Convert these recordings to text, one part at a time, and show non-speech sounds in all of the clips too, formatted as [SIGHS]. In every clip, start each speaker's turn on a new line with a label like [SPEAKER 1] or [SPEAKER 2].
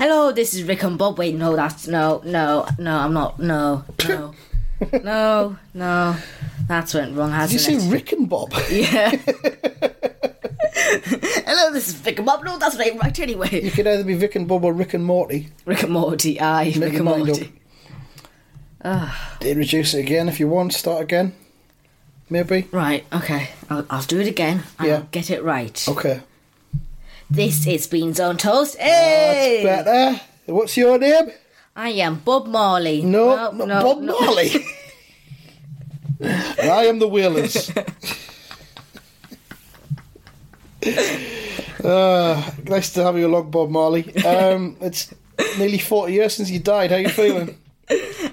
[SPEAKER 1] no, this is Rick and Bob. Wait, no, that's no, no, no. I'm not. No,
[SPEAKER 2] [LAUGHS]
[SPEAKER 1] no, no, no. That's went wrong,
[SPEAKER 2] Did you
[SPEAKER 1] hasn't
[SPEAKER 2] say
[SPEAKER 1] it?
[SPEAKER 2] Rick and Bob?
[SPEAKER 1] yeah. Hello, this is Rick and Bob. No, that's right. Right, anyway. [LAUGHS]
[SPEAKER 2] [LAUGHS] You could either be Rick and Bob or Rick and Morty.
[SPEAKER 1] Rick and Morty. Aye,
[SPEAKER 2] Make
[SPEAKER 1] Rick
[SPEAKER 2] your
[SPEAKER 1] and
[SPEAKER 2] mind
[SPEAKER 1] Morty.
[SPEAKER 2] They reduce it again if you want. Start again. Maybe.
[SPEAKER 1] Right, okay. I'll, I'll do it again. and
[SPEAKER 2] Yeah.
[SPEAKER 1] I'll get it right.
[SPEAKER 2] Okay.
[SPEAKER 1] This is Beans on Toast. Hey!
[SPEAKER 2] Oh, That's better. What's your name?
[SPEAKER 1] I am Bob Marley.
[SPEAKER 2] No,
[SPEAKER 1] Well,
[SPEAKER 2] not Bob [LAUGHS] Marley. and I am the Wheelers. [LAUGHS] uh, nice to have you along, Bob Marley. Um, it's nearly 40 years since you died. How you feeling?
[SPEAKER 1] [LAUGHS]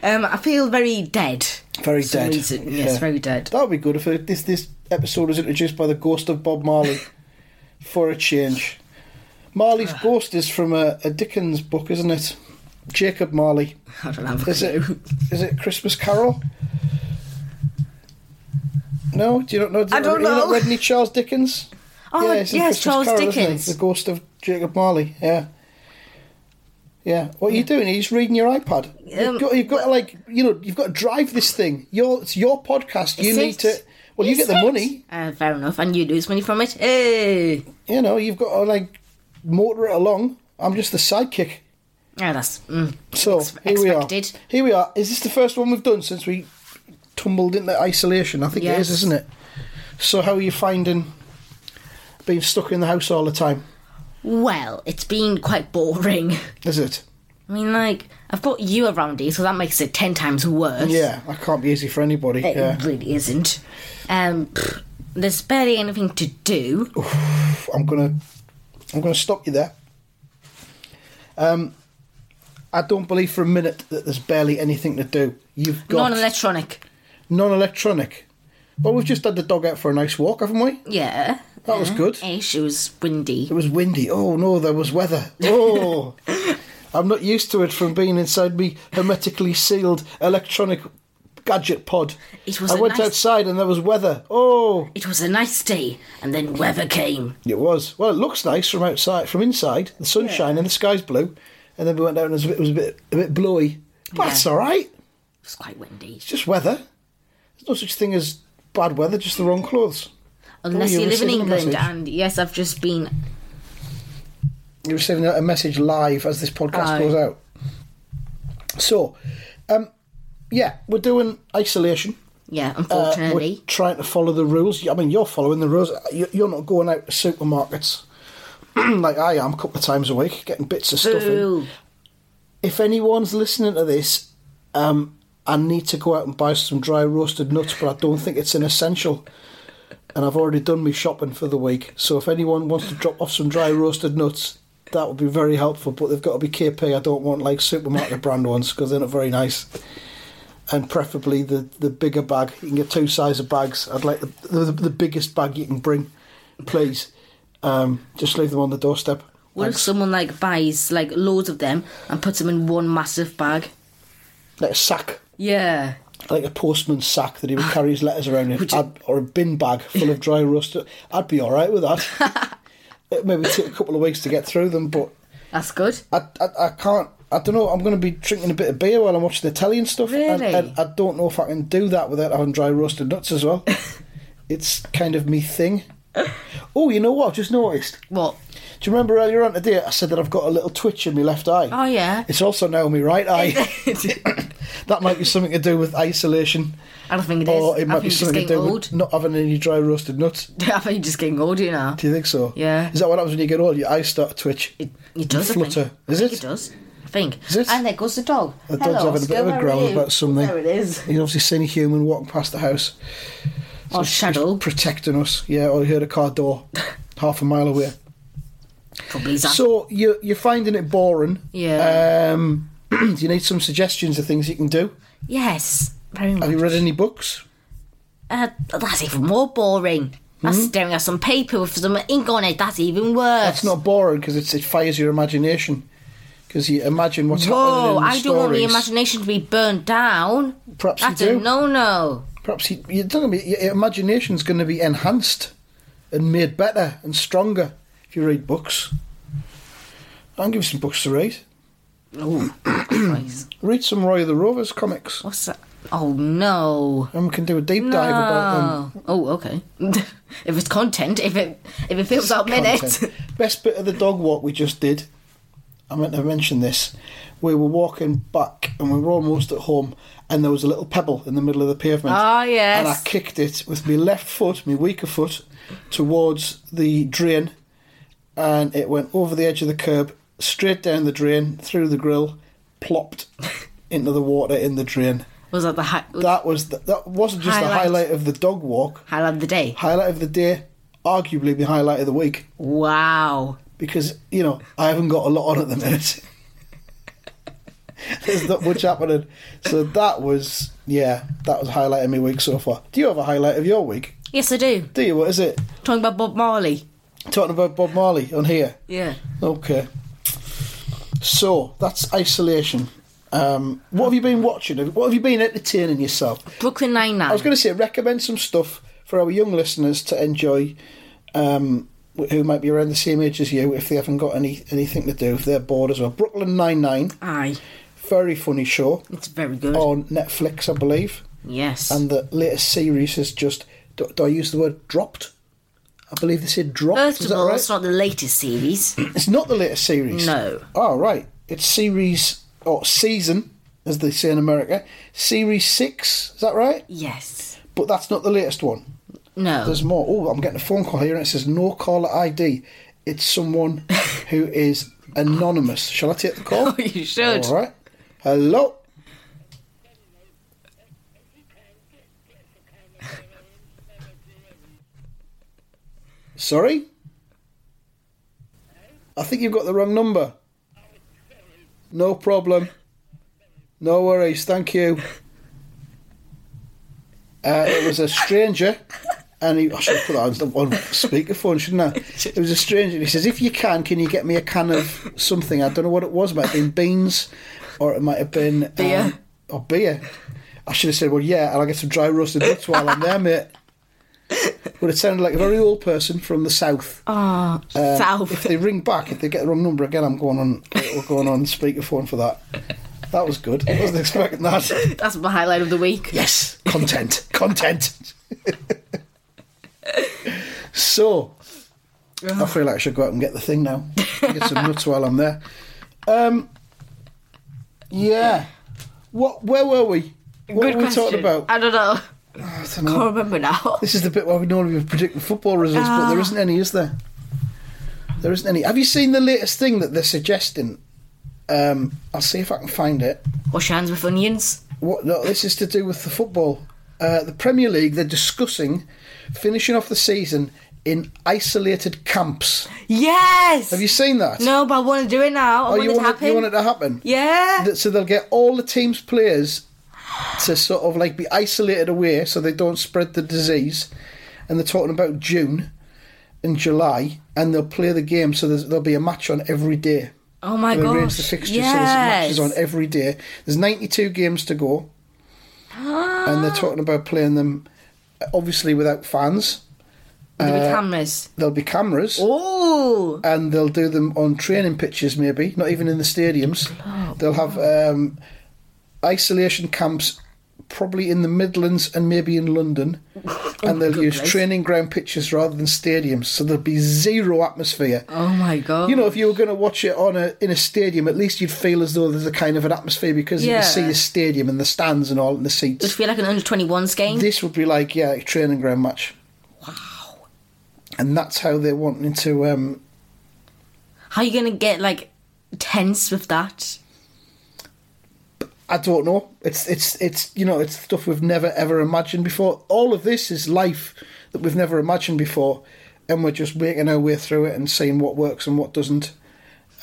[SPEAKER 1] Um, I feel very dead.
[SPEAKER 2] Very
[SPEAKER 1] For some
[SPEAKER 2] dead.
[SPEAKER 1] reason. Yes,
[SPEAKER 2] Yeah.
[SPEAKER 1] very dead. [LAUGHS]
[SPEAKER 2] That would be good if it, this this episode was introduced by the ghost of
[SPEAKER 1] [LAUGHS]
[SPEAKER 2] Bob Marley for a change. Marley's
[SPEAKER 1] Ah.
[SPEAKER 2] ghost is from a, a Dickens book, isn't it? Jacob Marley.
[SPEAKER 1] I don't have a
[SPEAKER 2] Is it
[SPEAKER 1] clue.
[SPEAKER 2] is it Christmas Carol? No, do you not know? Do you
[SPEAKER 1] I don't
[SPEAKER 2] You not
[SPEAKER 1] know.
[SPEAKER 2] read any Charles Dickens?
[SPEAKER 1] [LAUGHS] Oh,
[SPEAKER 2] it's in
[SPEAKER 1] yes,
[SPEAKER 2] Christmas
[SPEAKER 1] Charles
[SPEAKER 2] Carol, isn't it?
[SPEAKER 1] Dickens.
[SPEAKER 2] The ghost of Jacob Marley. Yeah. Yeah, what are you doing? Are you just reading your iPad?
[SPEAKER 1] Um,
[SPEAKER 2] you've got, you've got to like, you know, you've got to drive this thing. Your, it's your podcast. You
[SPEAKER 1] Is
[SPEAKER 2] need
[SPEAKER 1] it?
[SPEAKER 2] to. Well, you
[SPEAKER 1] Is
[SPEAKER 2] get the
[SPEAKER 1] it?
[SPEAKER 2] money.
[SPEAKER 1] Uh, fair enough. And you lose money from it. Eh. Hey!
[SPEAKER 2] You know, you've got to like motor it along. I'm just the sidekick.
[SPEAKER 1] Yeah, that's. Mm.
[SPEAKER 2] So
[SPEAKER 1] Ex-
[SPEAKER 2] here we are.
[SPEAKER 1] expected.
[SPEAKER 2] Here we are. Is this the first one we've done since we tumbled into isolation? I think it is,
[SPEAKER 1] Yes.
[SPEAKER 2] isn't it? So how are you finding being stuck in the house all the time?
[SPEAKER 1] Well, it's been quite boring.
[SPEAKER 2] Is it?
[SPEAKER 1] I mean, like, I've got you around here, so that makes it ten times worse.
[SPEAKER 2] Yeah, that can't be easy for anybody.
[SPEAKER 1] It
[SPEAKER 2] yeah,
[SPEAKER 1] really isn't. Um, pfft, there's barely anything to do.
[SPEAKER 2] Oh, I'm gonna, I'm gonna stop you there. Um, I don't believe for a minute that there's barely anything to do. You've got
[SPEAKER 1] Non-electronic.
[SPEAKER 2] non-electronic. Well, we've just had the dog out for a nice walk, haven't we?
[SPEAKER 1] Yeah.
[SPEAKER 2] That was good.
[SPEAKER 1] Ish, it was windy.
[SPEAKER 2] It was windy. Oh no, there was weather.
[SPEAKER 1] [LAUGHS]
[SPEAKER 2] Oh, I'm not used to it from being inside me hermetically sealed electronic gadget pod.
[SPEAKER 1] It was
[SPEAKER 2] I
[SPEAKER 1] a
[SPEAKER 2] went
[SPEAKER 1] nice-
[SPEAKER 2] outside and there was weather. Oh,
[SPEAKER 1] It was a nice day, and then weather came.
[SPEAKER 2] it was. Well, it looks nice from outside, from inside. The sun's shining, the sky's blue, and then we went down and it was a bit, it was a bit, a bit blowy. But
[SPEAKER 1] Yeah.
[SPEAKER 2] that's all right.
[SPEAKER 1] It was quite windy.
[SPEAKER 2] It's just weather. There's no such thing as bad weather. Just the wrong clothes.
[SPEAKER 1] Unless
[SPEAKER 2] you're
[SPEAKER 1] you live in
[SPEAKER 2] receiving a
[SPEAKER 1] England,
[SPEAKER 2] message.
[SPEAKER 1] and yes, I've just been.
[SPEAKER 2] You're receiving a message live as this podcast
[SPEAKER 1] Aye.
[SPEAKER 2] goes out. So, um, yeah, we're doing isolation.
[SPEAKER 1] Yeah,
[SPEAKER 2] Uh,
[SPEAKER 1] unfortunately.
[SPEAKER 2] we're trying to follow the rules. I mean, you're following the rules. You- You're not going out to supermarkets [CLEARS THROAT] like I am a couple of times a week, getting bits of stuff in.
[SPEAKER 1] Boo.
[SPEAKER 2] If anyone's listening to this, um, I need to go out and buy some dry roasted nuts, but I don't think it's an essential. And I've already done my shopping for the week. So if anyone wants to drop off some dry roasted nuts, that would be very helpful. But they've got to be KP. I don't want like supermarket brand ones because they're not very nice. And preferably the, the bigger bag. You can get two size of bags. I'd like the, the, the biggest bag you can bring, please. Um, just leave them on the doorstep.
[SPEAKER 1] What if someone like buys like loads of them and puts them in one massive bag?
[SPEAKER 2] Like a sack.
[SPEAKER 1] Yeah.
[SPEAKER 2] like a postman's sack that he would carry his letters around in,
[SPEAKER 1] Ah. Would you-
[SPEAKER 2] I'd- or a bin bag full of dry rust. I'd be all right with that.
[SPEAKER 1] [LAUGHS]
[SPEAKER 2] it maybe take a couple of weeks to get through them, but
[SPEAKER 1] That's good.
[SPEAKER 2] I, I, I can't. I don't know. I'm going to be drinking a bit of beer while I'm watching the telly and stuff, and,
[SPEAKER 1] Really?
[SPEAKER 2] and I don't know if I can do that without having dry roasted nuts
[SPEAKER 1] [LAUGHS]
[SPEAKER 2] as well. it's kind of me thing. Oh, you know what? I've just noticed.
[SPEAKER 1] What?
[SPEAKER 2] Do you remember earlier on today I said that I've got a little twitch in my left eye?
[SPEAKER 1] Oh, [LAUGHS] yeah.
[SPEAKER 2] It's also now in my right eye. [COUGHS] that might be something to do with isolation.
[SPEAKER 1] I don't think it is.
[SPEAKER 2] Or Oh, it
[SPEAKER 1] I
[SPEAKER 2] might
[SPEAKER 1] think
[SPEAKER 2] be
[SPEAKER 1] you're just
[SPEAKER 2] something to
[SPEAKER 1] getting
[SPEAKER 2] do
[SPEAKER 1] old. [LAUGHS]
[SPEAKER 2] with not having any dry roasted nuts.
[SPEAKER 1] I think you're just getting old, you know.
[SPEAKER 2] Do you think so?
[SPEAKER 1] Yeah.
[SPEAKER 2] Is that what happens when you get old? Your eyes start to twitch.
[SPEAKER 1] It, it does. I think.
[SPEAKER 2] Flutter.
[SPEAKER 1] I
[SPEAKER 2] Is
[SPEAKER 1] think
[SPEAKER 2] it?
[SPEAKER 1] It does. I think.
[SPEAKER 2] Is it?
[SPEAKER 1] And there goes the dog. Oh,
[SPEAKER 2] The dog's having a bit of a growl about something.
[SPEAKER 1] There it is.
[SPEAKER 2] He's obviously seen a human walking past the house.
[SPEAKER 1] Or Oh, shadow.
[SPEAKER 2] Protecting us. Yeah, or he heard a car
[SPEAKER 1] [LAUGHS]
[SPEAKER 2] door half a mile away.
[SPEAKER 1] Probably that.
[SPEAKER 2] So you're, you're finding it boring.
[SPEAKER 1] Yeah.
[SPEAKER 2] Um, [CLEARS THROAT] do you need some suggestions of things you can do?
[SPEAKER 1] yes. Very
[SPEAKER 2] Have
[SPEAKER 1] much.
[SPEAKER 2] you read any books?
[SPEAKER 1] Uh, that's even more boring. That's staring at some paper with some ink on it. That's even worse.
[SPEAKER 2] Hmm? That's not boring because it fires your imagination. Because you imagine what's happening in
[SPEAKER 1] Whoa,
[SPEAKER 2] the
[SPEAKER 1] I don't want the
[SPEAKER 2] stories.
[SPEAKER 1] imagination to be burned down.
[SPEAKER 2] Perhaps
[SPEAKER 1] That's
[SPEAKER 2] you do.
[SPEAKER 1] a no
[SPEAKER 2] [CLEARS THROAT]
[SPEAKER 1] no.
[SPEAKER 2] Perhaps you, you're talking about your imagination's going to be enhanced and made better and stronger if you read books. I'll give you some books to read.
[SPEAKER 1] Oh, Christ.
[SPEAKER 2] Read some Roy the Rovers comics,
[SPEAKER 1] what's that? Oh no.
[SPEAKER 2] and we can do a deep
[SPEAKER 1] No.
[SPEAKER 2] dive about um, them.
[SPEAKER 1] Oh, okay. [LAUGHS] if it's content, if it if it fills up minutes.
[SPEAKER 2] Content. Best bit of the dog walk we just did. I meant to mention this. We were walking back and we were almost at home, and there was a little pebble in the middle of the pavement.
[SPEAKER 1] Ah, yes.
[SPEAKER 2] And I kicked it with my left foot, my weaker foot, towards the drain, and it went over the edge of the curb, straight down the drain, through the grill,
[SPEAKER 1] [LAUGHS]
[SPEAKER 2] plopped into the water in the drain.
[SPEAKER 1] [LAUGHS] Was that the hi-
[SPEAKER 2] That was the, that wasn't just the
[SPEAKER 1] Highlight.
[SPEAKER 2] highlight of the dog walk.
[SPEAKER 1] highlight of the day?
[SPEAKER 2] Highlight of the day, arguably the highlight of the week
[SPEAKER 1] Wow.
[SPEAKER 2] because you know I haven't got a lot on at the minute. [LAUGHS] There's not much happening, so that was yeah, that was highlight of my week so far. Do you have a highlight of your week?
[SPEAKER 1] Yes, I do.
[SPEAKER 2] Do you? What is it?
[SPEAKER 1] Talking about Bob Marley.
[SPEAKER 2] Talking about Bob Marley on here.
[SPEAKER 1] Yeah.
[SPEAKER 2] Okay. So that's isolation. Um, what have you been watching? What have you been entertaining yourself?
[SPEAKER 1] Brooklyn Nine Nine.
[SPEAKER 2] I was going to say recommend some stuff for our young listeners to enjoy, um, who might be around the same age as you if they haven't got any anything to do if they're bored as well. Brooklyn Nine Nine,
[SPEAKER 1] Aye.
[SPEAKER 2] very funny show
[SPEAKER 1] It's very good.
[SPEAKER 2] on Netflix, I believe,
[SPEAKER 1] yes.
[SPEAKER 2] Oh, and the latest series is just. Do, do I use the word dropped? I believe they said dropped.
[SPEAKER 1] First
[SPEAKER 2] is
[SPEAKER 1] of
[SPEAKER 2] that
[SPEAKER 1] all,
[SPEAKER 2] right?
[SPEAKER 1] it's not the latest series. [CLEARS THROAT]
[SPEAKER 2] It's not the latest series.
[SPEAKER 1] No.
[SPEAKER 2] Oh right, it's series or season, as they say in America. Series six, is that right?
[SPEAKER 1] yes.
[SPEAKER 2] But that's not the latest one.
[SPEAKER 1] No. [LAUGHS]
[SPEAKER 2] There's more. Oh, I'm getting a phone call here and it says no caller ID.
[SPEAKER 1] [LAUGHS]
[SPEAKER 2] It's someone who is anonymous. Shall I take the call?
[SPEAKER 1] Oh, you should.
[SPEAKER 2] All right. Hello. Sorry? I think you've got the wrong number. No problem. No worries. Thank you. Uh, it was a stranger, and he, I should have put that on, on speakerphone, shouldn't I? It was a stranger. and He says, "If you can, can you get me a can of something? I don't know what it was. It might have been beans, or it might have been um,
[SPEAKER 1] Beer.
[SPEAKER 2] or beer." I should have said, "Well, yeah, and I'll get some dry roasted nuts while I'm there, mate." But it sounded like a very old person from the south.
[SPEAKER 1] Ah,
[SPEAKER 2] Um, If
[SPEAKER 1] South. [LAUGHS]
[SPEAKER 2] they ring back, if they get the wrong number again, I'm going on. We're going on speakerphone for that. That was good. I wasn't expecting that.
[SPEAKER 1] That's my highlight of the week.
[SPEAKER 2] Yes, content, content. so, I feel like I should go out and get the thing now. Get some nuts while I'm there. Um, yeah. What? Where were we? What
[SPEAKER 1] Good
[SPEAKER 2] were we
[SPEAKER 1] question.
[SPEAKER 2] talking about?
[SPEAKER 1] I don't know. [LAUGHS]
[SPEAKER 2] I don't know.
[SPEAKER 1] Can't remember now. [LAUGHS]
[SPEAKER 2] This is the bit where we normally would predict the football results, but there
[SPEAKER 1] Ah.
[SPEAKER 2] isn't any, is there? There isn't any. Have you seen the latest thing that they're suggesting? Um, I'll see if I can find it.
[SPEAKER 1] Wash your hands with onions.
[SPEAKER 2] What? No, this is to do with the football. Uh, the Premier League, they're discussing finishing off the season in isolated camps.
[SPEAKER 1] Yes.
[SPEAKER 2] Have you seen that?
[SPEAKER 1] No, but I want to do it now. I
[SPEAKER 2] Oh,
[SPEAKER 1] want
[SPEAKER 2] you
[SPEAKER 1] it to
[SPEAKER 2] want, it,
[SPEAKER 1] happen.
[SPEAKER 2] you want it to happen?
[SPEAKER 1] Yeah.
[SPEAKER 2] That- So they'll get all the team's players to sort of like be isolated away so they don't spread the disease. And they're talking about June and July, and they'll play the game so there's, there'll be a match on every day.
[SPEAKER 1] oh my
[SPEAKER 2] They'll
[SPEAKER 1] gosh.
[SPEAKER 2] arrange the fixtures so there's
[SPEAKER 1] yes.
[SPEAKER 2] matches on every day. There's 92 games to go.
[SPEAKER 1] [GASPS]
[SPEAKER 2] and they're talking about playing them uh, obviously without fans.
[SPEAKER 1] There'll be
[SPEAKER 2] Uh,
[SPEAKER 1] cameras.
[SPEAKER 2] There'll be cameras,
[SPEAKER 1] Oh.
[SPEAKER 2] and they'll do them on training pitches, maybe not even in the stadiums.
[SPEAKER 1] Oh,
[SPEAKER 2] They'll have um, isolation camps, probably in the Midlands and maybe in London, and they'll
[SPEAKER 1] Oh, good
[SPEAKER 2] use
[SPEAKER 1] place.
[SPEAKER 2] training ground pitches rather than stadiums. So there'll be zero atmosphere.
[SPEAKER 1] Oh my god.
[SPEAKER 2] You know, if you were going to watch it on a in a stadium, at least you'd feel as though there's a kind of an atmosphere because you
[SPEAKER 1] Yeah.
[SPEAKER 2] can see the stadium and the stands and all and the seats.
[SPEAKER 1] It'd feel like an under 21s game.
[SPEAKER 2] This would be like yeah, a training ground match. Wow. And that's how they're wanting to. Um,
[SPEAKER 1] How are you going to get, like, tense with that?
[SPEAKER 2] I don't know. It's it's it's you know it's stuff we've never ever imagined before. All of this is life that we've never imagined before, and we're just making our way through it and seeing what works and what doesn't.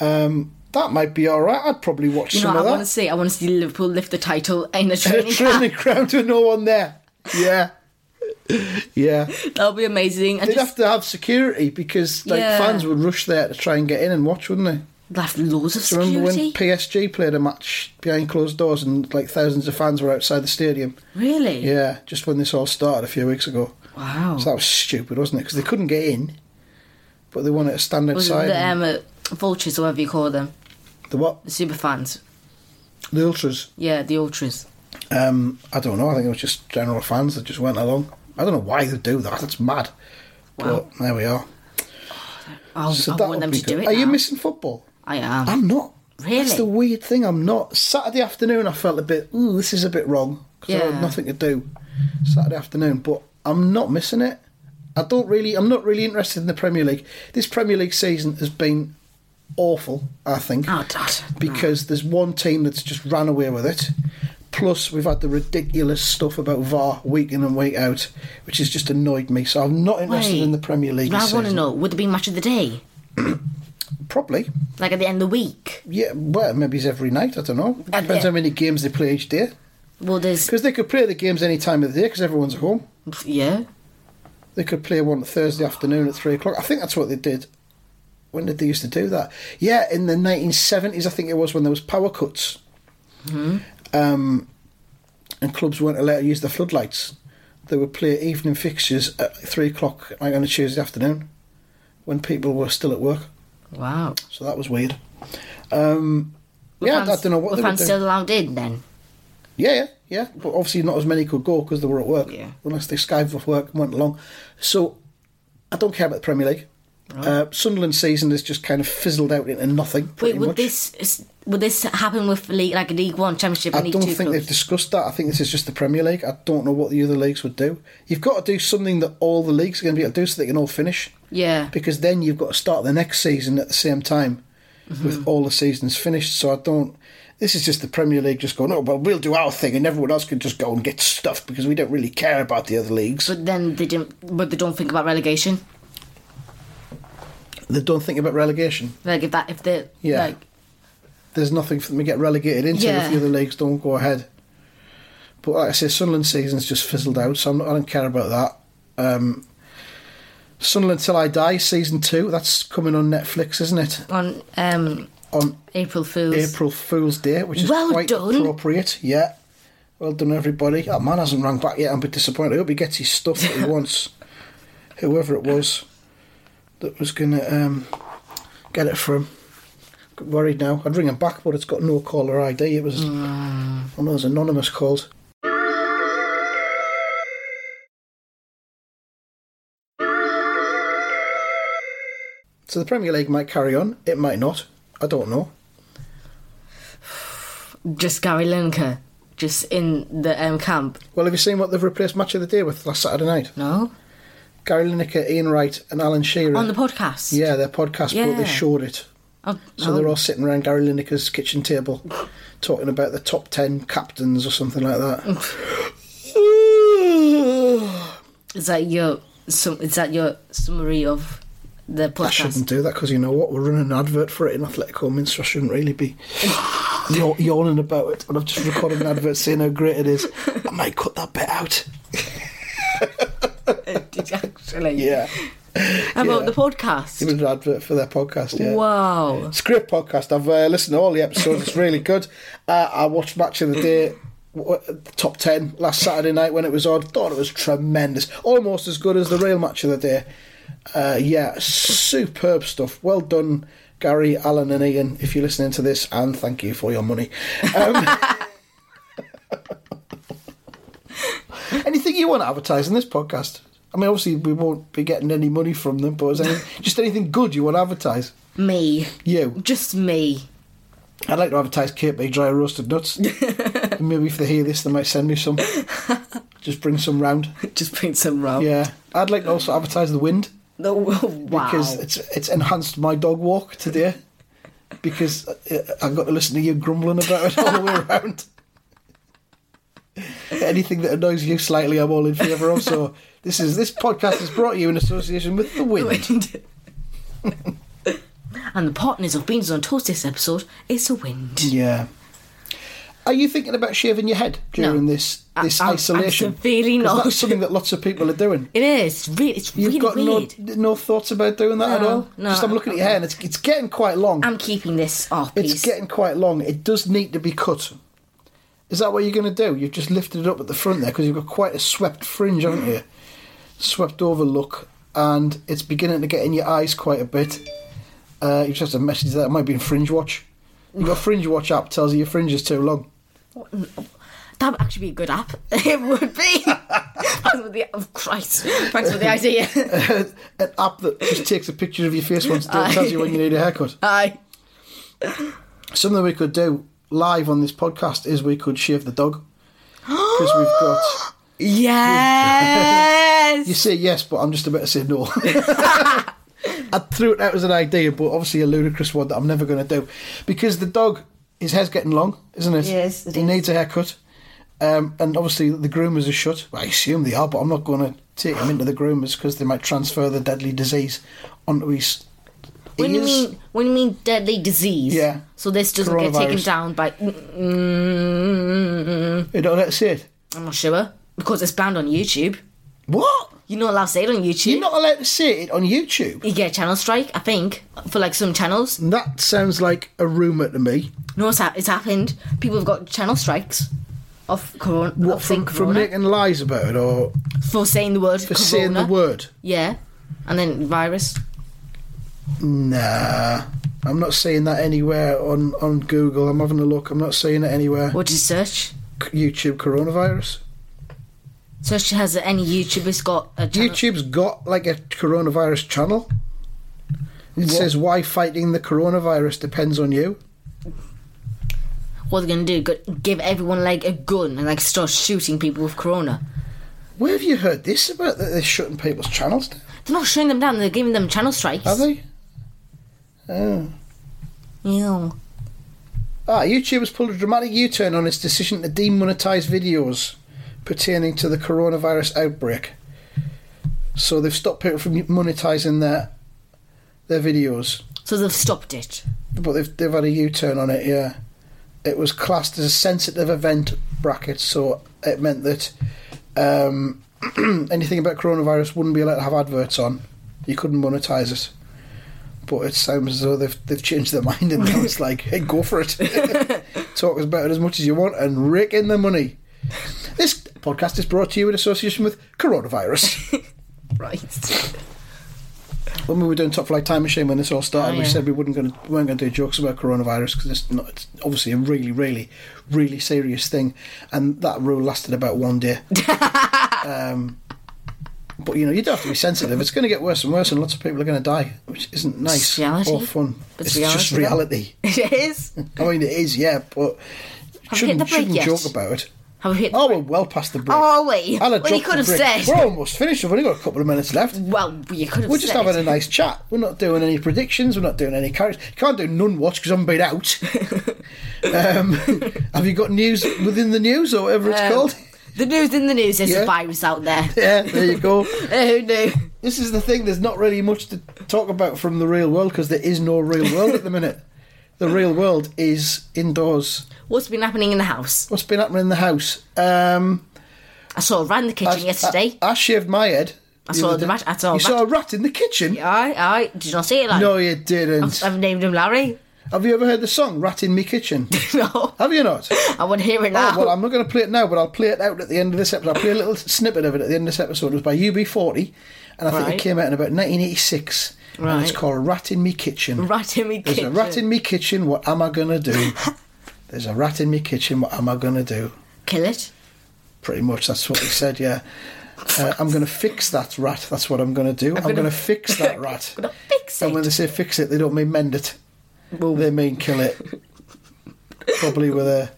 [SPEAKER 2] Um, that might be all right. I'd probably watch
[SPEAKER 1] You know,
[SPEAKER 2] some
[SPEAKER 1] what I
[SPEAKER 2] of
[SPEAKER 1] want to
[SPEAKER 2] [LAUGHS] that.
[SPEAKER 1] see. I want to see Liverpool lift the title
[SPEAKER 2] [LAUGHS]
[SPEAKER 1] in a
[SPEAKER 2] A
[SPEAKER 1] training camp.
[SPEAKER 2] training ground with no one there. Yeah. Yeah.
[SPEAKER 1] [LAUGHS] That'll be amazing. And
[SPEAKER 2] They'd
[SPEAKER 1] just
[SPEAKER 2] have to have security because like
[SPEAKER 1] Yeah.
[SPEAKER 2] fans would rush there to try and get in and watch, wouldn't they?
[SPEAKER 1] they'll have loads of
[SPEAKER 2] Do you remember
[SPEAKER 1] security.
[SPEAKER 2] when PSG played a match behind closed doors and like thousands of fans were outside the stadium?
[SPEAKER 1] really?
[SPEAKER 2] Yeah, just when this all started a few weeks ago.
[SPEAKER 1] Wow.
[SPEAKER 2] So that was stupid, wasn't it? Because they couldn't get in, but they wanted to stand
[SPEAKER 1] was it
[SPEAKER 2] outside.
[SPEAKER 1] the
[SPEAKER 2] and
[SPEAKER 1] um, uh, vultures or whatever you call them?
[SPEAKER 2] the The what?
[SPEAKER 1] The super fans.
[SPEAKER 2] The ultras.
[SPEAKER 1] Yeah, the ultras.
[SPEAKER 2] Um, I don't know. I think it was just general fans that just went along. I don't know why they do that. That's mad.
[SPEAKER 1] Wow.
[SPEAKER 2] But there we are.
[SPEAKER 1] Oh, I
[SPEAKER 2] that
[SPEAKER 1] want
[SPEAKER 2] would
[SPEAKER 1] them
[SPEAKER 2] be
[SPEAKER 1] to do
[SPEAKER 2] good.
[SPEAKER 1] it.
[SPEAKER 2] Are you
[SPEAKER 1] now.
[SPEAKER 2] missing football?
[SPEAKER 1] I am.
[SPEAKER 2] I'm not. That's
[SPEAKER 1] Really?
[SPEAKER 2] the weird thing. I'm not. Saturday afternoon, I felt a bit. Ooh, this is a bit wrong because I
[SPEAKER 1] Yeah.
[SPEAKER 2] had nothing to do Saturday afternoon. But I'm not missing it. I don't really. I'm not really interested in the Premier League. This Premier League season has been awful. I think
[SPEAKER 1] Oh, Dad.
[SPEAKER 2] because there's one team that's just ran away with it. Plus, we've had the ridiculous stuff about VAR week in and week out, which has just annoyed me. So I'm not interested
[SPEAKER 1] Wait.
[SPEAKER 2] in the Premier League.
[SPEAKER 1] I
[SPEAKER 2] this
[SPEAKER 1] want to
[SPEAKER 2] season.
[SPEAKER 1] know would there be match of the day?
[SPEAKER 2] Probably.
[SPEAKER 1] Like at the end of the week?
[SPEAKER 2] Yeah, well, maybe it's every night. I don't know.
[SPEAKER 1] Uh,
[SPEAKER 2] Depends
[SPEAKER 1] yeah.
[SPEAKER 2] how many games they play each day.
[SPEAKER 1] Well, there's.
[SPEAKER 2] Because they could play the games any time of the day because everyone's at home.
[SPEAKER 1] Yeah.
[SPEAKER 2] They could play one Thursday afternoon at three o'clock. I think that's what they did. When did they used to do that? Yeah, in the 1970s, I think it was when there was power cuts,
[SPEAKER 1] Mm-hmm.
[SPEAKER 2] um, and clubs weren't allowed to use the floodlights. They would play evening fixtures at three o'clock like on a Tuesday afternoon, when people were still at work.
[SPEAKER 1] Wow.
[SPEAKER 2] So that was weird. Um, yeah, I don't know what
[SPEAKER 1] the
[SPEAKER 2] they were
[SPEAKER 1] fans
[SPEAKER 2] doing.
[SPEAKER 1] still allowed in then.
[SPEAKER 2] Yeah, yeah, yeah. But obviously, not as many could go because they were at work.
[SPEAKER 1] Yeah.
[SPEAKER 2] Unless they skived off work and went along. So, I don't care about the Premier League. Uh, Sunderland season has just kind of fizzled out into nothing. Pretty
[SPEAKER 1] Wait, would
[SPEAKER 2] much.
[SPEAKER 1] this would this happen with league like League One, Championship, and
[SPEAKER 2] I
[SPEAKER 1] League
[SPEAKER 2] don't
[SPEAKER 1] Two
[SPEAKER 2] think they've
[SPEAKER 1] clubs?
[SPEAKER 2] discussed that. I think this is just the Premier League. I don't know what the other leagues would do. You've got to do something that all the leagues are going to be able to do so they can all finish.
[SPEAKER 1] Yeah.
[SPEAKER 2] Because then you've got to start the next season at the same time
[SPEAKER 1] Mm-hmm.
[SPEAKER 2] with all the seasons finished. So I don't. This is just the Premier League just going, oh, well, we'll do our thing and everyone else can just go and get stuffed because we don't really care about the other leagues.
[SPEAKER 1] But then they didn't. But they don't think about relegation.
[SPEAKER 2] they don't think about relegation.
[SPEAKER 1] Like if that if they
[SPEAKER 2] Yeah.
[SPEAKER 1] like
[SPEAKER 2] There's nothing for them to get relegated into
[SPEAKER 1] Yeah.
[SPEAKER 2] if the other leagues don't go ahead. But like I say, Sunderland season's just fizzled out, so I'm not, I don't care about that. Um, Sunderland Till I Die, season two, that's coming on Netflix, isn't it?
[SPEAKER 1] on um
[SPEAKER 2] On
[SPEAKER 1] April Fools.
[SPEAKER 2] April Fool's Day, which is
[SPEAKER 1] Well
[SPEAKER 2] quite
[SPEAKER 1] done.
[SPEAKER 2] appropriate. Yeah. Well done, everybody. That man hasn't rang back yet. I'm a bit disappointed. I hope he gets his
[SPEAKER 1] [LAUGHS]
[SPEAKER 2] stuff that he wants. Whoever it was that was going to um, get it from. Got Worried now. I'd ring him back, but it's got no caller ID. It was
[SPEAKER 1] Mm.
[SPEAKER 2] one of those anonymous calls. So the Premier League might carry on. It might not. I don't know.
[SPEAKER 1] Just Gary Lineker, just in the um camp.
[SPEAKER 2] Well, have you seen what they've replaced Match of the Day with last Saturday night?
[SPEAKER 1] No,
[SPEAKER 2] Gary Lineker, Ian Wright, and Alan Shearer.
[SPEAKER 1] on the podcast.
[SPEAKER 2] yeah, their podcast, but
[SPEAKER 1] Yeah.
[SPEAKER 2] they showed it.
[SPEAKER 1] Oh,
[SPEAKER 2] So
[SPEAKER 1] oh.
[SPEAKER 2] they're all sitting around Gary Lineker's kitchen table talking about the top 10 captains or something like that.
[SPEAKER 1] Is that your sum? Is that your summary of the
[SPEAKER 2] [SIGHS] I
[SPEAKER 1] podcast?
[SPEAKER 2] shouldn't do that because you know what? We're running an advert for it in Atletico Minster. I shouldn't
[SPEAKER 1] [LAUGHS]
[SPEAKER 2] really be yaw- yawning about it. And I've just recorded an advert saying how great it is. I might cut that bit out.
[SPEAKER 1] [LAUGHS] Actually,
[SPEAKER 2] Yeah.
[SPEAKER 1] About
[SPEAKER 2] yeah.
[SPEAKER 1] the podcast.
[SPEAKER 2] It was an advert for their podcast, yeah.
[SPEAKER 1] Wow.
[SPEAKER 2] It's a great podcast. I've uh, listened to all the episodes. It's really good. Uh, I watched Match of the Day, w- w- top 10, last Saturday night when it was on. Thought it was tremendous. Almost as good as the real Match of the Day. Uh, yeah, superb stuff. Well done, Gary, Alan, and Ian, if you're listening to this, and thank you for your money. Um, [LAUGHS] anything you want to advertise in this podcast? I mean, obviously, we won't be getting any money from them, but is any, just anything good you want to advertise?
[SPEAKER 1] Me.
[SPEAKER 2] You.
[SPEAKER 1] Just me. [LAUGHS]
[SPEAKER 2] I'd like to advertise KP dry roasted nuts. Maybe if they hear this, they might send me some. Just bring some round.
[SPEAKER 1] Just bring some round.
[SPEAKER 2] Yeah, I'd like to also advertise the wind
[SPEAKER 1] No, [LAUGHS] wow.
[SPEAKER 2] because it's it's enhanced my dog walk today because I- I got to listen to you grumbling about it all the way around. Anything that annoys you slightly, I'm all in favour of. So this is this podcast is brought to you in association with the wind.
[SPEAKER 1] and the partners of Beans on Toast this episode is the wind.
[SPEAKER 2] Yeah. Are you thinking about shaving your head during
[SPEAKER 1] No.
[SPEAKER 2] this this
[SPEAKER 1] I- I'm- I'm
[SPEAKER 2] isolation?
[SPEAKER 1] severely
[SPEAKER 2] 'Cause
[SPEAKER 1] not.
[SPEAKER 2] That's something that lots of people are
[SPEAKER 1] [LAUGHS]
[SPEAKER 2] doing.
[SPEAKER 1] It is. Really, it's
[SPEAKER 2] You've
[SPEAKER 1] really
[SPEAKER 2] got
[SPEAKER 1] weird.
[SPEAKER 2] no no thoughts about doing that at
[SPEAKER 1] No,
[SPEAKER 2] all.
[SPEAKER 1] no,
[SPEAKER 2] Just I'm
[SPEAKER 1] I-
[SPEAKER 2] looking at your hair and it's it's getting quite long.
[SPEAKER 1] I'm keeping this off,
[SPEAKER 2] it's
[SPEAKER 1] please.
[SPEAKER 2] getting quite long. It does need to be cut. Is that what you're going to do? You've just lifted it up at the front there because you've got quite a swept fringe, haven't you? Swept over look, and it's beginning to get in your eyes quite a bit. Uh, you just have to message that. It might be in Fringe Watch. Your fringe watch app tells you your fringe is too long.
[SPEAKER 1] That would actually be a good app. [LAUGHS] It would be.
[SPEAKER 2] [LAUGHS]
[SPEAKER 1] Thanks for the oh Christ. Thanks for the
[SPEAKER 2] [LAUGHS]
[SPEAKER 1] idea.
[SPEAKER 2] An app that just takes a picture of your face
[SPEAKER 1] [LAUGHS]
[SPEAKER 2] once a day
[SPEAKER 1] Aye.
[SPEAKER 2] and tells you when you need a haircut.
[SPEAKER 1] Aye.
[SPEAKER 2] Something we could do live on this podcast is we could shave the dog. Because we've got. You
[SPEAKER 1] Yes.
[SPEAKER 2] say yes, but I'm just about to say
[SPEAKER 1] [LAUGHS]
[SPEAKER 2] no. I threw it out as an idea, but obviously a ludicrous one that I'm never going to do. Because the dog, his hair's getting long, isn't it?
[SPEAKER 1] Yes, it
[SPEAKER 2] He
[SPEAKER 1] is.
[SPEAKER 2] needs a haircut. Um, and obviously the groomers are shut. I assume they are, but I'm not going to take him into the groomers because they might transfer the deadly disease onto his
[SPEAKER 1] When you
[SPEAKER 2] ears.
[SPEAKER 1] mean when you mean deadly disease.
[SPEAKER 2] Yeah.
[SPEAKER 1] So this doesn't get taken
[SPEAKER 2] Coronavirus.
[SPEAKER 1] down by. Mm,
[SPEAKER 2] You don't let it say it.
[SPEAKER 1] I'm not sure because it's banned on YouTube.
[SPEAKER 2] What?
[SPEAKER 1] You're not allowed to say it on YouTube.
[SPEAKER 2] You're not allowed to say it on YouTube.
[SPEAKER 1] You get a channel strike, I think, for like some channels.
[SPEAKER 2] That sounds like a rumour to me.
[SPEAKER 1] No, it's, ha- it's happened. People have got channel strikes of corona.
[SPEAKER 2] What
[SPEAKER 1] of
[SPEAKER 2] from,
[SPEAKER 1] saying
[SPEAKER 2] from
[SPEAKER 1] corona
[SPEAKER 2] making lies about it or
[SPEAKER 1] for saying the word
[SPEAKER 2] for saying the word?
[SPEAKER 1] Yeah, and then virus.
[SPEAKER 2] Nah, I'm not seeing that anywhere on, on Google. I'm having a look. I'm not seeing it anywhere.
[SPEAKER 1] What did you search?
[SPEAKER 2] C- YouTube coronavirus.
[SPEAKER 1] Search has any YouTubers got a channel?
[SPEAKER 2] YouTube's got like a coronavirus channel. It says why fighting the coronavirus depends on you.
[SPEAKER 1] What they're gonna do? Go- give everyone like a gun and like start shooting people with corona.
[SPEAKER 2] Where have you heard this about that they're shutting people's channels down?
[SPEAKER 1] They're not shutting them down. They're giving them channel strikes.
[SPEAKER 2] Are they? Oh.
[SPEAKER 1] Yeah.
[SPEAKER 2] Ah, YouTube has pulled a dramatic U turn on its decision to demonetize videos pertaining to the coronavirus outbreak. So they've stopped people from monetizing their their videos.
[SPEAKER 1] So they've stopped it.
[SPEAKER 2] But they've, they've had a U turn on it, yeah. It was classed as a sensitive event bracket, so it meant that um, [CLEARS THROAT] anything about coronavirus wouldn't be allowed to have adverts on. You couldn't monetize it. But it sounds as though they've, they've changed their [LAUGHS] mind and now it's like, hey, go for it. Talk about it as much as you want and rake in the money. This podcast is brought to you in association with coronavirus.
[SPEAKER 1] Right.
[SPEAKER 2] when we were doing Top Flight Time Machine when this all
[SPEAKER 1] Oh,
[SPEAKER 2] started, we
[SPEAKER 1] yeah.
[SPEAKER 2] said we wouldn't going we weren't going to do jokes about coronavirus because it's not it's obviously a really really really serious thing, and that rule lasted about
[SPEAKER 1] [LAUGHS]
[SPEAKER 2] one day. um, but you know you don't have to be sensitive. It's going to get worse and worse, and lots of people are going to die, which isn't nice
[SPEAKER 1] reality.
[SPEAKER 2] or fun.
[SPEAKER 1] But
[SPEAKER 2] It's,
[SPEAKER 1] it's
[SPEAKER 2] just reality.
[SPEAKER 1] reality, [LAUGHS] it is.
[SPEAKER 2] I mean it is, yeah, but
[SPEAKER 1] Have we hit the break
[SPEAKER 2] shouldn't, shouldn't
[SPEAKER 1] yet?
[SPEAKER 2] joke about it.
[SPEAKER 1] Have we hit?
[SPEAKER 2] Oh, we're well past the break.
[SPEAKER 1] Oh, are we?
[SPEAKER 2] I'll
[SPEAKER 1] Well, you
[SPEAKER 2] joke
[SPEAKER 1] could
[SPEAKER 2] the
[SPEAKER 1] have
[SPEAKER 2] break.
[SPEAKER 1] said.
[SPEAKER 2] We're almost finished. We've only got a couple of minutes left.
[SPEAKER 1] Well, you could have.
[SPEAKER 2] We're just
[SPEAKER 1] said
[SPEAKER 2] having
[SPEAKER 1] it.
[SPEAKER 2] a nice chat. We're not doing any predictions. We're not doing any characters. Can't do none watch because I haven't
[SPEAKER 1] [LAUGHS]
[SPEAKER 2] been out. um, have you got news within the news or whatever it's
[SPEAKER 1] Um,
[SPEAKER 2] called? [LAUGHS]
[SPEAKER 1] The news in the news. There's
[SPEAKER 2] Yeah.
[SPEAKER 1] a virus out there.
[SPEAKER 2] Yeah, there
[SPEAKER 1] [LAUGHS]
[SPEAKER 2] you go.
[SPEAKER 1] oh no.
[SPEAKER 2] This is the thing. There's not really much to talk about from the real world because there is no real world at the minute. The real world is indoors.
[SPEAKER 1] What's been happening in the house?
[SPEAKER 2] What's been happening in the house? Um,
[SPEAKER 1] I saw a rat in the kitchen yesterday.
[SPEAKER 2] I, I shaved my head. I
[SPEAKER 1] saw the rat- I saw a
[SPEAKER 2] you
[SPEAKER 1] rat.
[SPEAKER 2] saw a rat in the kitchen.
[SPEAKER 1] Aye, aye. Did you not see it? Like?
[SPEAKER 2] No, you didn't.
[SPEAKER 1] I've named him Larry. [LAUGHS]
[SPEAKER 2] Have you ever heard the song "Rat in Me Kitchen"?
[SPEAKER 1] no,
[SPEAKER 2] Have
[SPEAKER 1] [LAUGHS]
[SPEAKER 2] you not?
[SPEAKER 1] I want to hear it now.
[SPEAKER 2] Oh, well, I'm not going to play it now, but I'll play it out at the end of this episode. I'll play a little snippet of it at the end of this episode. It was by UB40, and I think it
[SPEAKER 1] Right.
[SPEAKER 2] came out in about 1986. And it's
[SPEAKER 1] Right.
[SPEAKER 2] called Rat in
[SPEAKER 1] [LAUGHS]
[SPEAKER 2] Me Kitchen.
[SPEAKER 1] rat in me
[SPEAKER 2] There's
[SPEAKER 1] kitchen.
[SPEAKER 2] a rat in me kitchen, what am I going
[SPEAKER 1] [LAUGHS]
[SPEAKER 2] to do? There's a rat in me kitchen, what am I going to do?
[SPEAKER 1] Kill it.
[SPEAKER 2] Pretty much, that's what he said, yeah. Uh, I'm going to fix that rat, that's what I'm going to do. I'm, going to
[SPEAKER 1] gonna- [LAUGHS]
[SPEAKER 2] fix that rat.
[SPEAKER 1] Gonna fix
[SPEAKER 2] And when
[SPEAKER 1] it.
[SPEAKER 2] they say fix it, they don't mean mend it,
[SPEAKER 1] Well,
[SPEAKER 2] they mean
[SPEAKER 1] [LAUGHS]
[SPEAKER 2] kill it. Probably with a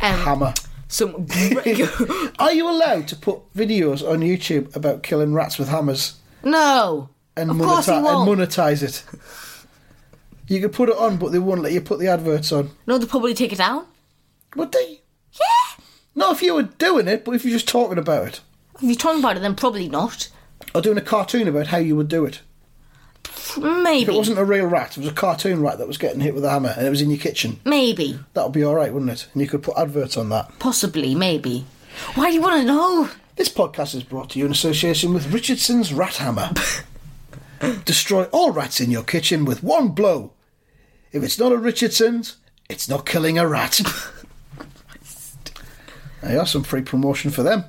[SPEAKER 1] um,
[SPEAKER 2] hammer. [LAUGHS]
[SPEAKER 1] some br-
[SPEAKER 2] Are you allowed to put videos on YouTube about killing rats with hammers
[SPEAKER 1] no.
[SPEAKER 2] and,
[SPEAKER 1] of course he
[SPEAKER 2] monetize,
[SPEAKER 1] won't.
[SPEAKER 2] and
[SPEAKER 1] [LAUGHS]
[SPEAKER 2] monetize it? You could put it on, but they won't let you put the adverts on.
[SPEAKER 1] no, they'll probably take it down.
[SPEAKER 2] Would they?
[SPEAKER 1] Yeah.
[SPEAKER 2] Not if you were doing it, but if you're just talking about it.
[SPEAKER 1] If you're talking about it, then probably not.
[SPEAKER 2] Or doing a cartoon about how you would do it. If
[SPEAKER 1] Maybe.
[SPEAKER 2] it wasn't a real rat, it was a cartoon rat that was getting hit with a hammer and it was in your kitchen.
[SPEAKER 1] Maybe.
[SPEAKER 2] That would be alright, wouldn't it? And you could put adverts on that.
[SPEAKER 1] Possibly. Maybe. Why do you want to know?
[SPEAKER 2] This podcast is brought to you in association with Richardson's
[SPEAKER 1] [LAUGHS]
[SPEAKER 2] Rat Hammer. Destroy all rats in your kitchen with one blow. If it's not a Richardson's, it's not killing a
[SPEAKER 1] [LAUGHS]
[SPEAKER 2] rat. There you are, some free promotion for them.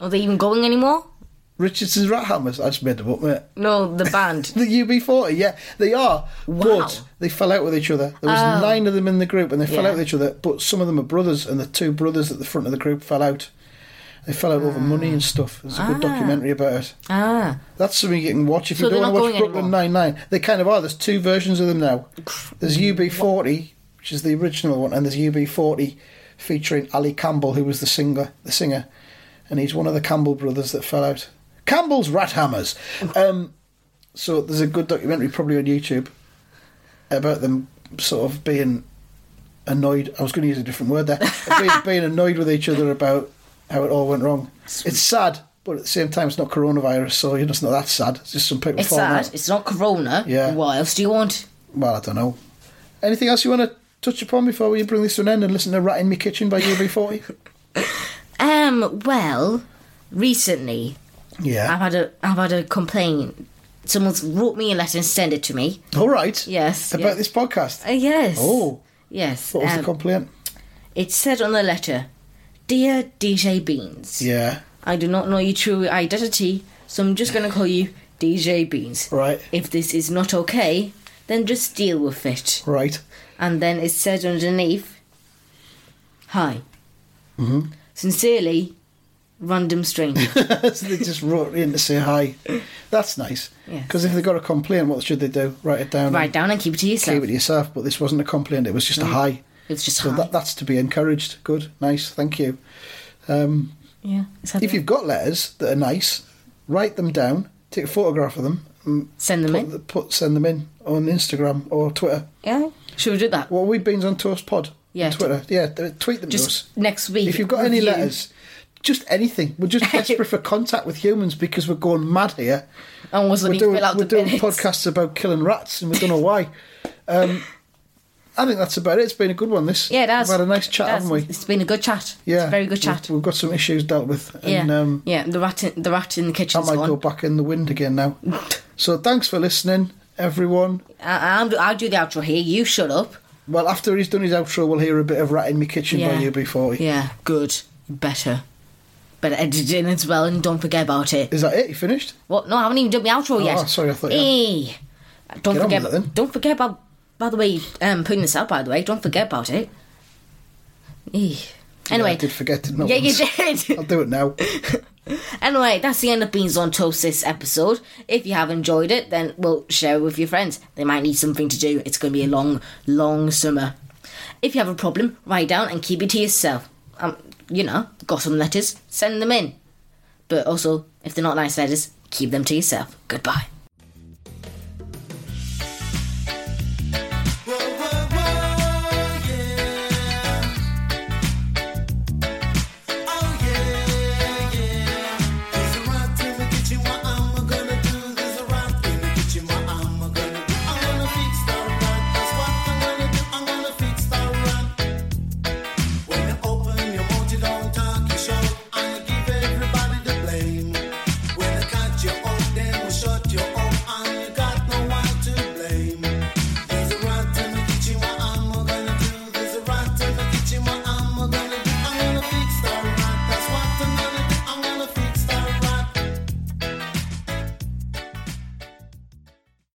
[SPEAKER 1] Are they even going anymore?
[SPEAKER 2] Richardson's Rat Hammers. I just made them up, mate.
[SPEAKER 1] No, the
[SPEAKER 2] [LAUGHS]
[SPEAKER 1] band.
[SPEAKER 2] The UB40, yeah, they are.
[SPEAKER 1] Wow.
[SPEAKER 2] But they fell out with each other. There was
[SPEAKER 1] Oh.
[SPEAKER 2] nine of them in the group, and they fell
[SPEAKER 1] Yeah.
[SPEAKER 2] out with each other. But some of them are brothers, and the two brothers at the front of the group fell out. They fell out over money and stuff. There's a good
[SPEAKER 1] Ah.
[SPEAKER 2] documentary about it.
[SPEAKER 1] ah,
[SPEAKER 2] That's something you can watch if
[SPEAKER 1] So
[SPEAKER 2] you don't
[SPEAKER 1] they're
[SPEAKER 2] want to
[SPEAKER 1] not
[SPEAKER 2] watch
[SPEAKER 1] going
[SPEAKER 2] Brooklyn Nine Nine. They kind of are. There's two versions of them now. There's UB40, which is the original one, and there's UB40 featuring Ali Campbell, who was the singer. The singer, and he's one of the Campbell brothers that fell out. Campbell's
[SPEAKER 1] [LAUGHS]
[SPEAKER 2] Rat Hammers. Um, so there's a good documentary probably on YouTube about them sort of being annoyed. I was going to use a different word there.
[SPEAKER 1] [LAUGHS]
[SPEAKER 2] being, being annoyed with each other about how it all went wrong. It's sad, but at the same time, it's not coronavirus, so you know, it's not that sad. It's just some people
[SPEAKER 1] it's
[SPEAKER 2] falling
[SPEAKER 1] sad.
[SPEAKER 2] out.
[SPEAKER 1] It's not Corona.
[SPEAKER 2] Yeah.
[SPEAKER 1] What else do you want?
[SPEAKER 2] Well, I don't know. Anything else you want to touch upon before we bring this to an end and listen to Rat in Me Kitchen
[SPEAKER 1] [LAUGHS]
[SPEAKER 2] by UB40?
[SPEAKER 1] Um. Well, recently I've
[SPEAKER 2] Yeah.
[SPEAKER 1] had a I've had a complaint. Someone's wrote me a letter and sent it to me.
[SPEAKER 2] All right.
[SPEAKER 1] Yes. yes.
[SPEAKER 2] About this podcast.
[SPEAKER 1] Uh, yes.
[SPEAKER 2] Oh,
[SPEAKER 1] Yes.
[SPEAKER 2] what was
[SPEAKER 1] um,
[SPEAKER 2] the complaint?
[SPEAKER 1] it said on the letter, "Dear DJ Beans,
[SPEAKER 2] Yeah.
[SPEAKER 1] I do not know your true identity, so I'm just going to call you DJ Beans.
[SPEAKER 2] Right.
[SPEAKER 1] If this is not okay, then just deal with it."
[SPEAKER 2] Right. [LAUGHS]
[SPEAKER 1] And then it said underneath, "Hi,
[SPEAKER 2] Mm-hmm.
[SPEAKER 1] sincerely, random stranger."
[SPEAKER 2] [LAUGHS] so they just wrote in to say hi. That's nice.
[SPEAKER 1] Yes.
[SPEAKER 2] Because if they got a complaint, what should they do? Write it down.
[SPEAKER 1] Write
[SPEAKER 2] and
[SPEAKER 1] down and keep it to yourself.
[SPEAKER 2] Keep it yourself. But this wasn't a complaint. It was just a hi.
[SPEAKER 1] It's just
[SPEAKER 2] So
[SPEAKER 1] Mm. hi.
[SPEAKER 2] that, that's to be encouraged. Good. Nice. Thank you. Um,
[SPEAKER 1] yeah. it's had
[SPEAKER 2] if
[SPEAKER 1] that.
[SPEAKER 2] you've got letters that are nice, write them down. Take a photograph of them. And
[SPEAKER 1] send them in.
[SPEAKER 2] put, put send them in on Instagram or Twitter.
[SPEAKER 1] Yeah. Should we do that?
[SPEAKER 2] Well, we beans on toast pod.
[SPEAKER 1] Yeah.
[SPEAKER 2] on Twitter. Yeah. th- Tweet them to us.
[SPEAKER 1] Just next week.
[SPEAKER 2] If you've got any
[SPEAKER 1] review.
[SPEAKER 2] letters, just anything. We're
[SPEAKER 1] [LAUGHS]
[SPEAKER 2] just desperate for contact with humans because we're going mad here.
[SPEAKER 1] and was
[SPEAKER 2] We're
[SPEAKER 1] we
[SPEAKER 2] doing,
[SPEAKER 1] fill out
[SPEAKER 2] we're
[SPEAKER 1] the
[SPEAKER 2] doing
[SPEAKER 1] minutes.
[SPEAKER 2] podcasts about killing rats and we don't
[SPEAKER 1] [LAUGHS]
[SPEAKER 2] know why. Um, I think that's about it. It's been a good one, this.
[SPEAKER 1] Yeah, that's
[SPEAKER 2] We've had a nice chat, haven't we?
[SPEAKER 1] It's been a good chat.
[SPEAKER 2] Yeah.
[SPEAKER 1] it's a very good
[SPEAKER 2] We've-
[SPEAKER 1] chat.
[SPEAKER 2] We've, got some issues dealt with. And
[SPEAKER 1] yeah,
[SPEAKER 2] um,
[SPEAKER 1] yeah. The rat, in, the rat in the
[SPEAKER 2] that
[SPEAKER 1] kitchen's
[SPEAKER 2] might go
[SPEAKER 1] gone.
[SPEAKER 2] back in the wind again now.
[SPEAKER 1] [LAUGHS]
[SPEAKER 2] so thanks for listening, everyone.
[SPEAKER 1] I, I'll, do, I'll do the outro here. You shut up.
[SPEAKER 2] Well, after he's done his outro, we'll hear a bit of Rat in Me Kitchen
[SPEAKER 1] Yeah.
[SPEAKER 2] by UB40.
[SPEAKER 1] Yeah, good, better, better edit it in as well, and don't forget about it.
[SPEAKER 2] Is that it? You finished?
[SPEAKER 1] What? No, I haven't even done my outro yet.
[SPEAKER 2] Oh, sorry, I thought you had.
[SPEAKER 1] Hey, don't
[SPEAKER 2] Get on
[SPEAKER 1] forget.
[SPEAKER 2] with it then.
[SPEAKER 1] Don't forget about. By the way, um, putting this out. By the way, don't forget about it. Eh.
[SPEAKER 2] Yeah, I
[SPEAKER 1] Anyway,
[SPEAKER 2] did forget, didn't I?
[SPEAKER 1] yeah, you
[SPEAKER 2] once?
[SPEAKER 1] did. [LAUGHS]
[SPEAKER 2] I'll do it now.
[SPEAKER 1] Anyway, that's the end of Beans on Toast this episode. If you have enjoyed it, then we'll share it with your friends. They might need something to do. It's going to be a long, long summer. If you have a problem, write down and keep it to yourself. Um, you know, got some letters, send them in. But also, if they're not nice letters, keep them to yourself. Goodbye.